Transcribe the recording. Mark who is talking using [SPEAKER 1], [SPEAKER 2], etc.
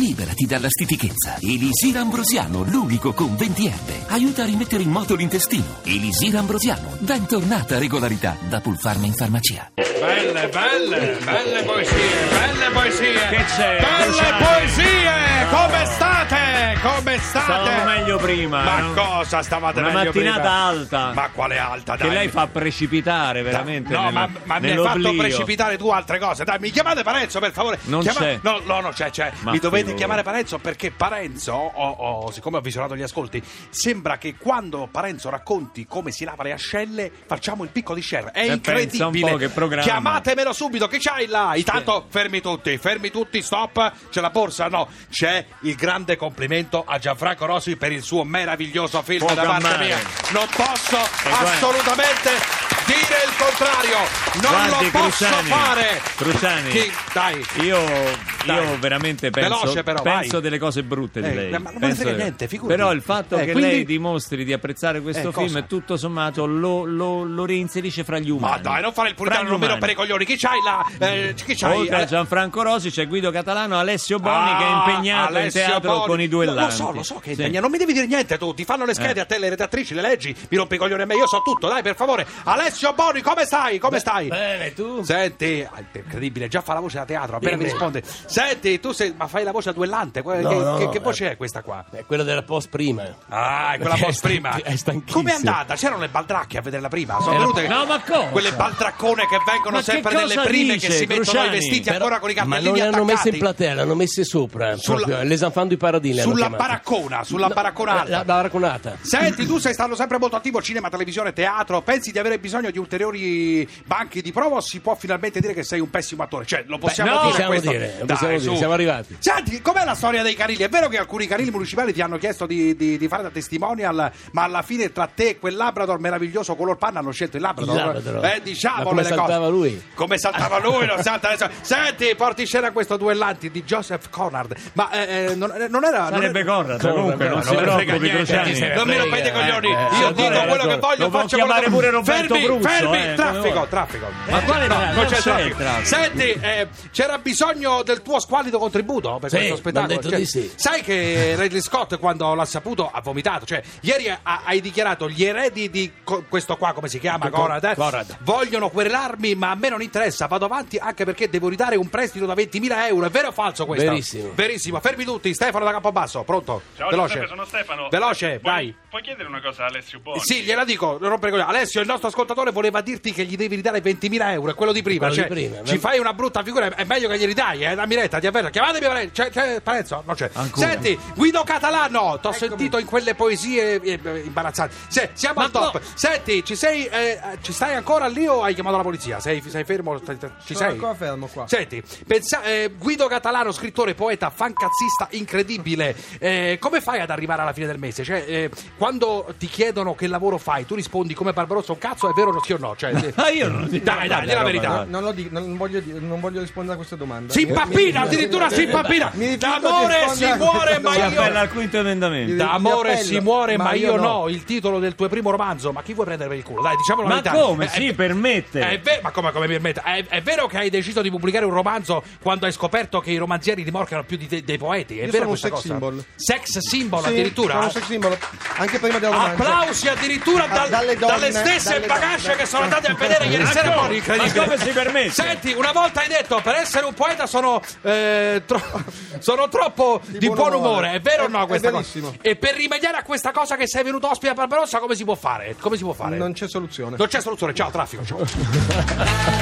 [SPEAKER 1] liberarti dalla stitichezza. Elisir Ambrosiano, l'unico con 20 erbe. Aiuta a rimettere in moto l'intestino. Elisir Ambrosiano, bentornata regolarità da Pulfarma in farmacia.
[SPEAKER 2] Belle, belle, belle poesie, belle poesie.
[SPEAKER 3] Che c'è,
[SPEAKER 2] Belle
[SPEAKER 3] Luciano?
[SPEAKER 2] poesie! Come state? Come state?
[SPEAKER 3] Stavamo meglio prima.
[SPEAKER 2] Ah, Ma
[SPEAKER 3] no?
[SPEAKER 2] cosa stavate
[SPEAKER 3] Una
[SPEAKER 2] meglio prima?
[SPEAKER 3] mattinata alta.
[SPEAKER 2] Ma quale alta,
[SPEAKER 3] Che
[SPEAKER 2] dai.
[SPEAKER 3] lei fa precipitare veramente.
[SPEAKER 2] No,
[SPEAKER 3] nel-
[SPEAKER 2] ma, ma mi hai
[SPEAKER 3] nell'oblio.
[SPEAKER 2] fatto precipitare tu altre cose. Dai, mi chiamate Parenzo, per favore.
[SPEAKER 3] Non
[SPEAKER 2] Chiama-
[SPEAKER 3] c'è.
[SPEAKER 2] No, no, no, c'è, c'è.
[SPEAKER 3] Ma
[SPEAKER 2] mi dovete
[SPEAKER 3] figurati.
[SPEAKER 2] chiamare Parenzo perché Parenzo, oh, oh, siccome ho visionato gli ascolti, sembra che quando Parenzo racconti come si lava le ascelle, facciamo il picco di share. È
[SPEAKER 3] Eh, pensa un
[SPEAKER 2] incredibile.
[SPEAKER 3] po' che programma.
[SPEAKER 2] Chiamatemelo subito, che c'hai là? Intanto fermi tutti, fermi tutti, stop. C'è la borsa? No. C'è il grande complimento a Gianfranco Rossi per il suo meraviglioso film
[SPEAKER 3] Può
[SPEAKER 2] da parte
[SPEAKER 3] gammare.
[SPEAKER 2] mia. Non posso
[SPEAKER 3] guarda.
[SPEAKER 2] assolutamente dire il contrario. Non
[SPEAKER 3] Guardi,
[SPEAKER 2] lo posso
[SPEAKER 3] Cruciani,
[SPEAKER 2] fare.
[SPEAKER 3] Cruciani.
[SPEAKER 2] Chi- Dai.
[SPEAKER 3] Io,
[SPEAKER 2] Dai.
[SPEAKER 3] io veramente penso,
[SPEAKER 2] Veloce però,
[SPEAKER 3] penso
[SPEAKER 2] vai.
[SPEAKER 3] delle cose brutte di
[SPEAKER 2] Eh,
[SPEAKER 3] lei.
[SPEAKER 2] ma non me ne
[SPEAKER 3] Penso
[SPEAKER 2] frega
[SPEAKER 3] di-
[SPEAKER 2] niente, figurati.
[SPEAKER 3] Però il fatto
[SPEAKER 2] Eh,
[SPEAKER 3] che
[SPEAKER 2] quindi-
[SPEAKER 3] lei dimostri di apprezzare questo
[SPEAKER 2] Eh, cosa?
[SPEAKER 3] film, tutto sommato, lo, lo- lo reinserisce fra gli umani.
[SPEAKER 2] Ma dai, non fare il
[SPEAKER 3] Fra
[SPEAKER 2] puritano,
[SPEAKER 3] gli
[SPEAKER 2] non vedo
[SPEAKER 3] umani.
[SPEAKER 2] per i coglioni. Chi c'hai là? Eh, chi c'hai?
[SPEAKER 3] Oltre a
[SPEAKER 2] Eh,
[SPEAKER 3] Gianfranco Rosi c'è Guido Catalano, Alessio Boni che è
[SPEAKER 2] Ah,
[SPEAKER 3] impegnato
[SPEAKER 2] Alessio
[SPEAKER 3] in teatro
[SPEAKER 2] Boni.
[SPEAKER 3] con i duellanti.
[SPEAKER 2] Lo so, lo so che è
[SPEAKER 3] Sì.
[SPEAKER 2] impegnato. Non mi devi dire niente tu. Ti fanno le schede
[SPEAKER 3] Eh.
[SPEAKER 2] a te, le redattrici, le leggi. Mi rompi i coglioni a me. Io so tutto, dai, per favore. Alessio Boni, come stai? Come stai?
[SPEAKER 3] Bene, tu?
[SPEAKER 2] Senti, ah, è incredibile, già fa la voce da teatro, appena
[SPEAKER 4] Dimmi.
[SPEAKER 2] mi risponde. Senti, tu sei, ma fai la voce da duellante, que-
[SPEAKER 4] No,
[SPEAKER 2] che,
[SPEAKER 4] no,
[SPEAKER 2] che- che
[SPEAKER 4] eh.
[SPEAKER 2] voce è questa qua?
[SPEAKER 4] È quella della post prima.
[SPEAKER 2] Ah,
[SPEAKER 3] Eh,
[SPEAKER 2] è quella
[SPEAKER 4] Perché
[SPEAKER 2] post
[SPEAKER 4] è
[SPEAKER 2] prima.
[SPEAKER 4] stanchi- è stanchissimo.
[SPEAKER 2] Come è andata? C'erano le baldracche a vederla prima. Sono
[SPEAKER 3] Eh,
[SPEAKER 2] venute
[SPEAKER 3] no, ma cosa?
[SPEAKER 2] quelle baldraccone che vengono
[SPEAKER 3] Ma che
[SPEAKER 2] sempre nelle
[SPEAKER 3] cosa
[SPEAKER 2] prime che
[SPEAKER 3] dice,
[SPEAKER 2] si mettono i
[SPEAKER 3] Cruciani?
[SPEAKER 2] vestiti
[SPEAKER 3] Però-
[SPEAKER 2] ancora con i
[SPEAKER 4] Ma
[SPEAKER 2] cartellini
[SPEAKER 4] non le hanno messe in
[SPEAKER 2] attaccati.
[SPEAKER 4] platea, le hanno messe sopra.
[SPEAKER 2] Sulla-
[SPEAKER 4] proprio, eh, L'esanfando di Paradine. l'hanno
[SPEAKER 2] Sulla
[SPEAKER 4] chiamata.
[SPEAKER 2] baracona, sulla
[SPEAKER 4] No,
[SPEAKER 2] baracconata.
[SPEAKER 4] eh, La, la baracconata.
[SPEAKER 2] Senti, tu sei stato sempre molto attivo cinema, televisione, teatro. Pensi di avere bisogno di ulteriori banchi di prova? O si può finalmente dire che sei un pessimo attore? Cioè, lo possiamo
[SPEAKER 3] no,
[SPEAKER 2] dire
[SPEAKER 4] possiamo
[SPEAKER 2] questo?
[SPEAKER 4] dire, lo
[SPEAKER 2] Dai,
[SPEAKER 4] possiamo dire,
[SPEAKER 2] su.
[SPEAKER 4] siamo arrivati.
[SPEAKER 2] Senti, com'è la storia dei carili? È vero che alcuni carili municipali ti hanno chiesto di, di- di fare da testimonial, ma alla fine tra te e quel Labrador meraviglioso color panna hanno scelto il Labrador.
[SPEAKER 4] Il Labrador.
[SPEAKER 2] Eh, diciamole
[SPEAKER 4] Ma come
[SPEAKER 2] le cose.
[SPEAKER 4] saltava lui?
[SPEAKER 2] Come saltava lui, lo salta adesso. Senti, porti in scena questo duellanti di Joseph Conrad. Ma eh, eh, non, eh, non era... non
[SPEAKER 3] Sarebbe
[SPEAKER 2] era-
[SPEAKER 3] Conrad,
[SPEAKER 4] Conrad,
[SPEAKER 3] comunque,
[SPEAKER 4] no,
[SPEAKER 3] non
[SPEAKER 4] no,
[SPEAKER 3] si
[SPEAKER 4] non me ne frega
[SPEAKER 3] preoccupi,
[SPEAKER 4] niente, chi se
[SPEAKER 3] Crociani.
[SPEAKER 4] ne
[SPEAKER 2] non mi
[SPEAKER 4] frega,
[SPEAKER 2] rompete i
[SPEAKER 4] eh,
[SPEAKER 2] coglioni.
[SPEAKER 4] eh,
[SPEAKER 2] Io
[SPEAKER 4] eh,
[SPEAKER 2] dico
[SPEAKER 4] eh,
[SPEAKER 2] quello che
[SPEAKER 4] lo
[SPEAKER 2] voglio,
[SPEAKER 3] può
[SPEAKER 2] faccio quello
[SPEAKER 3] chiamare
[SPEAKER 2] che-
[SPEAKER 3] pure Roberto
[SPEAKER 2] fermi,
[SPEAKER 3] Bruzzo,
[SPEAKER 2] Fermi,
[SPEAKER 3] eh,
[SPEAKER 2] traffico,
[SPEAKER 3] come-
[SPEAKER 2] traffico.
[SPEAKER 3] Ma quale
[SPEAKER 2] no, non
[SPEAKER 3] tra-
[SPEAKER 2] c'è
[SPEAKER 3] non c'è
[SPEAKER 2] traffico.
[SPEAKER 3] traffico.
[SPEAKER 2] Senti, eh, c'era bisogno del tuo squallido contributo per
[SPEAKER 4] Sì,
[SPEAKER 2] questo spettacolo.
[SPEAKER 4] m'han detto
[SPEAKER 2] Cioè,
[SPEAKER 4] di sì.
[SPEAKER 2] Sai che Ridley Scott quando l'ha saputo ha vomitato, cioè ieri ha- hai dichiarato gli eredi di co- questo qua come si chiama
[SPEAKER 4] Co-
[SPEAKER 2] Conrad, eh?
[SPEAKER 4] Conrad.
[SPEAKER 2] vogliono querelarmi, ma a me non interessa, vado avanti anche perché devo ridare un prestito da 20.000 euro, è vero o falso questo?
[SPEAKER 4] Verissimo.
[SPEAKER 2] Verissimo, fermi tutti, Stefano da Campobasso, pronto?
[SPEAKER 5] Ciao
[SPEAKER 2] Veloce.
[SPEAKER 5] Giuseppe, sono Stefano.
[SPEAKER 2] Veloce,
[SPEAKER 5] Vuoi-
[SPEAKER 2] vai.
[SPEAKER 5] Puoi chiedere una cosa a Alessio Boni?
[SPEAKER 2] Sì, gliela dico, non rompere i coglioni. Alessio, il nostro ascoltatore voleva dirti che gli devi ridare 20.000 euro, è quello di prima.
[SPEAKER 4] Quello
[SPEAKER 2] cioè,
[SPEAKER 4] di prima,
[SPEAKER 2] ci
[SPEAKER 4] no?
[SPEAKER 2] fai una brutta figura, è meglio che glieli dai, eh, dammi retta, ti avverto. Chiamatemi Parenzo, c'è, c'è Parenzo? Non c'è.
[SPEAKER 3] Ancora.
[SPEAKER 2] Senti, Guido Catalano, ti ho sentito in quelle poesie eh, eh, imbarazzanti. Se- siamo al top. Senti, ci sei, eh, ci stai ancora lì o hai chiamato la polizia? Sei, sei fermo? Stai- Ci sei?
[SPEAKER 6] ancora fermo qua.
[SPEAKER 2] Senti, pensa- eh, Guido Catalano, scrittore, poeta, fancazzista incredibile, eh, come fai ad arrivare alla fine del mese? Cioè, eh, quando ti chiedono che lavoro fai, tu rispondi come Barbarossa un cazzo, è vero o sì o no? Cioè, eh,
[SPEAKER 3] Ma Ah, io non dico
[SPEAKER 2] dai, dai,
[SPEAKER 3] quella
[SPEAKER 2] di la
[SPEAKER 3] roba,
[SPEAKER 2] verità.
[SPEAKER 3] dai.
[SPEAKER 6] Non, lo dico, non, voglio, dire- non voglio rispondere a questa domanda.
[SPEAKER 2] Si impappina, addirittura si impappina.
[SPEAKER 6] Mi rifiuto di
[SPEAKER 2] D'amore si
[SPEAKER 6] rispondere a
[SPEAKER 2] muore,
[SPEAKER 6] questa
[SPEAKER 2] ma
[SPEAKER 3] Si
[SPEAKER 6] domanda.
[SPEAKER 3] appella
[SPEAKER 2] io...
[SPEAKER 3] al quinto emendamento.
[SPEAKER 2] D'amore
[SPEAKER 6] appello,
[SPEAKER 2] si muore, ma io
[SPEAKER 6] no.
[SPEAKER 2] no. Il titolo del tuo primo romanzo, ma chi vuoi prendere per il culo? Dai, diciamolo Eh,
[SPEAKER 3] Ma come si permette?
[SPEAKER 2] È ve- ma come, come mi permette? È, è vero che hai deciso di pubblicare un romanzo quando hai scoperto che i romanzieri rimorchiano più di te- dei poeti? È
[SPEAKER 6] Io
[SPEAKER 2] vero
[SPEAKER 6] sono un
[SPEAKER 2] questa
[SPEAKER 6] sex
[SPEAKER 2] cosa?
[SPEAKER 6] symbol.
[SPEAKER 2] Sex symbol
[SPEAKER 6] Sì, sono
[SPEAKER 2] addirittura?
[SPEAKER 6] un sex symbol, anche prima del romanzo.
[SPEAKER 2] Applausi addirittura
[SPEAKER 6] Ah,
[SPEAKER 2] dal- dalle,
[SPEAKER 6] dalle donne,
[SPEAKER 2] stesse
[SPEAKER 6] dalle
[SPEAKER 2] bagasce
[SPEAKER 6] donne.
[SPEAKER 2] che sono andate a vedere ieri sera.
[SPEAKER 3] come?
[SPEAKER 2] Mori, incredibile.
[SPEAKER 3] Ma come si permette?
[SPEAKER 2] Senti, una volta hai detto per essere un poeta sono, eh, tro- sono troppo di, buon,
[SPEAKER 6] buon
[SPEAKER 2] umore.
[SPEAKER 6] umore.
[SPEAKER 2] È vero o
[SPEAKER 6] È-
[SPEAKER 2] no
[SPEAKER 6] è
[SPEAKER 2] questa
[SPEAKER 6] verissimo.
[SPEAKER 2] cosa? E per rimediare a questa cosa che sei venuto ospite a Barbarossa, come si può fare? Come si può fare?
[SPEAKER 6] Non c'è soluzione.
[SPEAKER 2] Non c'è soluzione. Ciao, traffico. Ciao.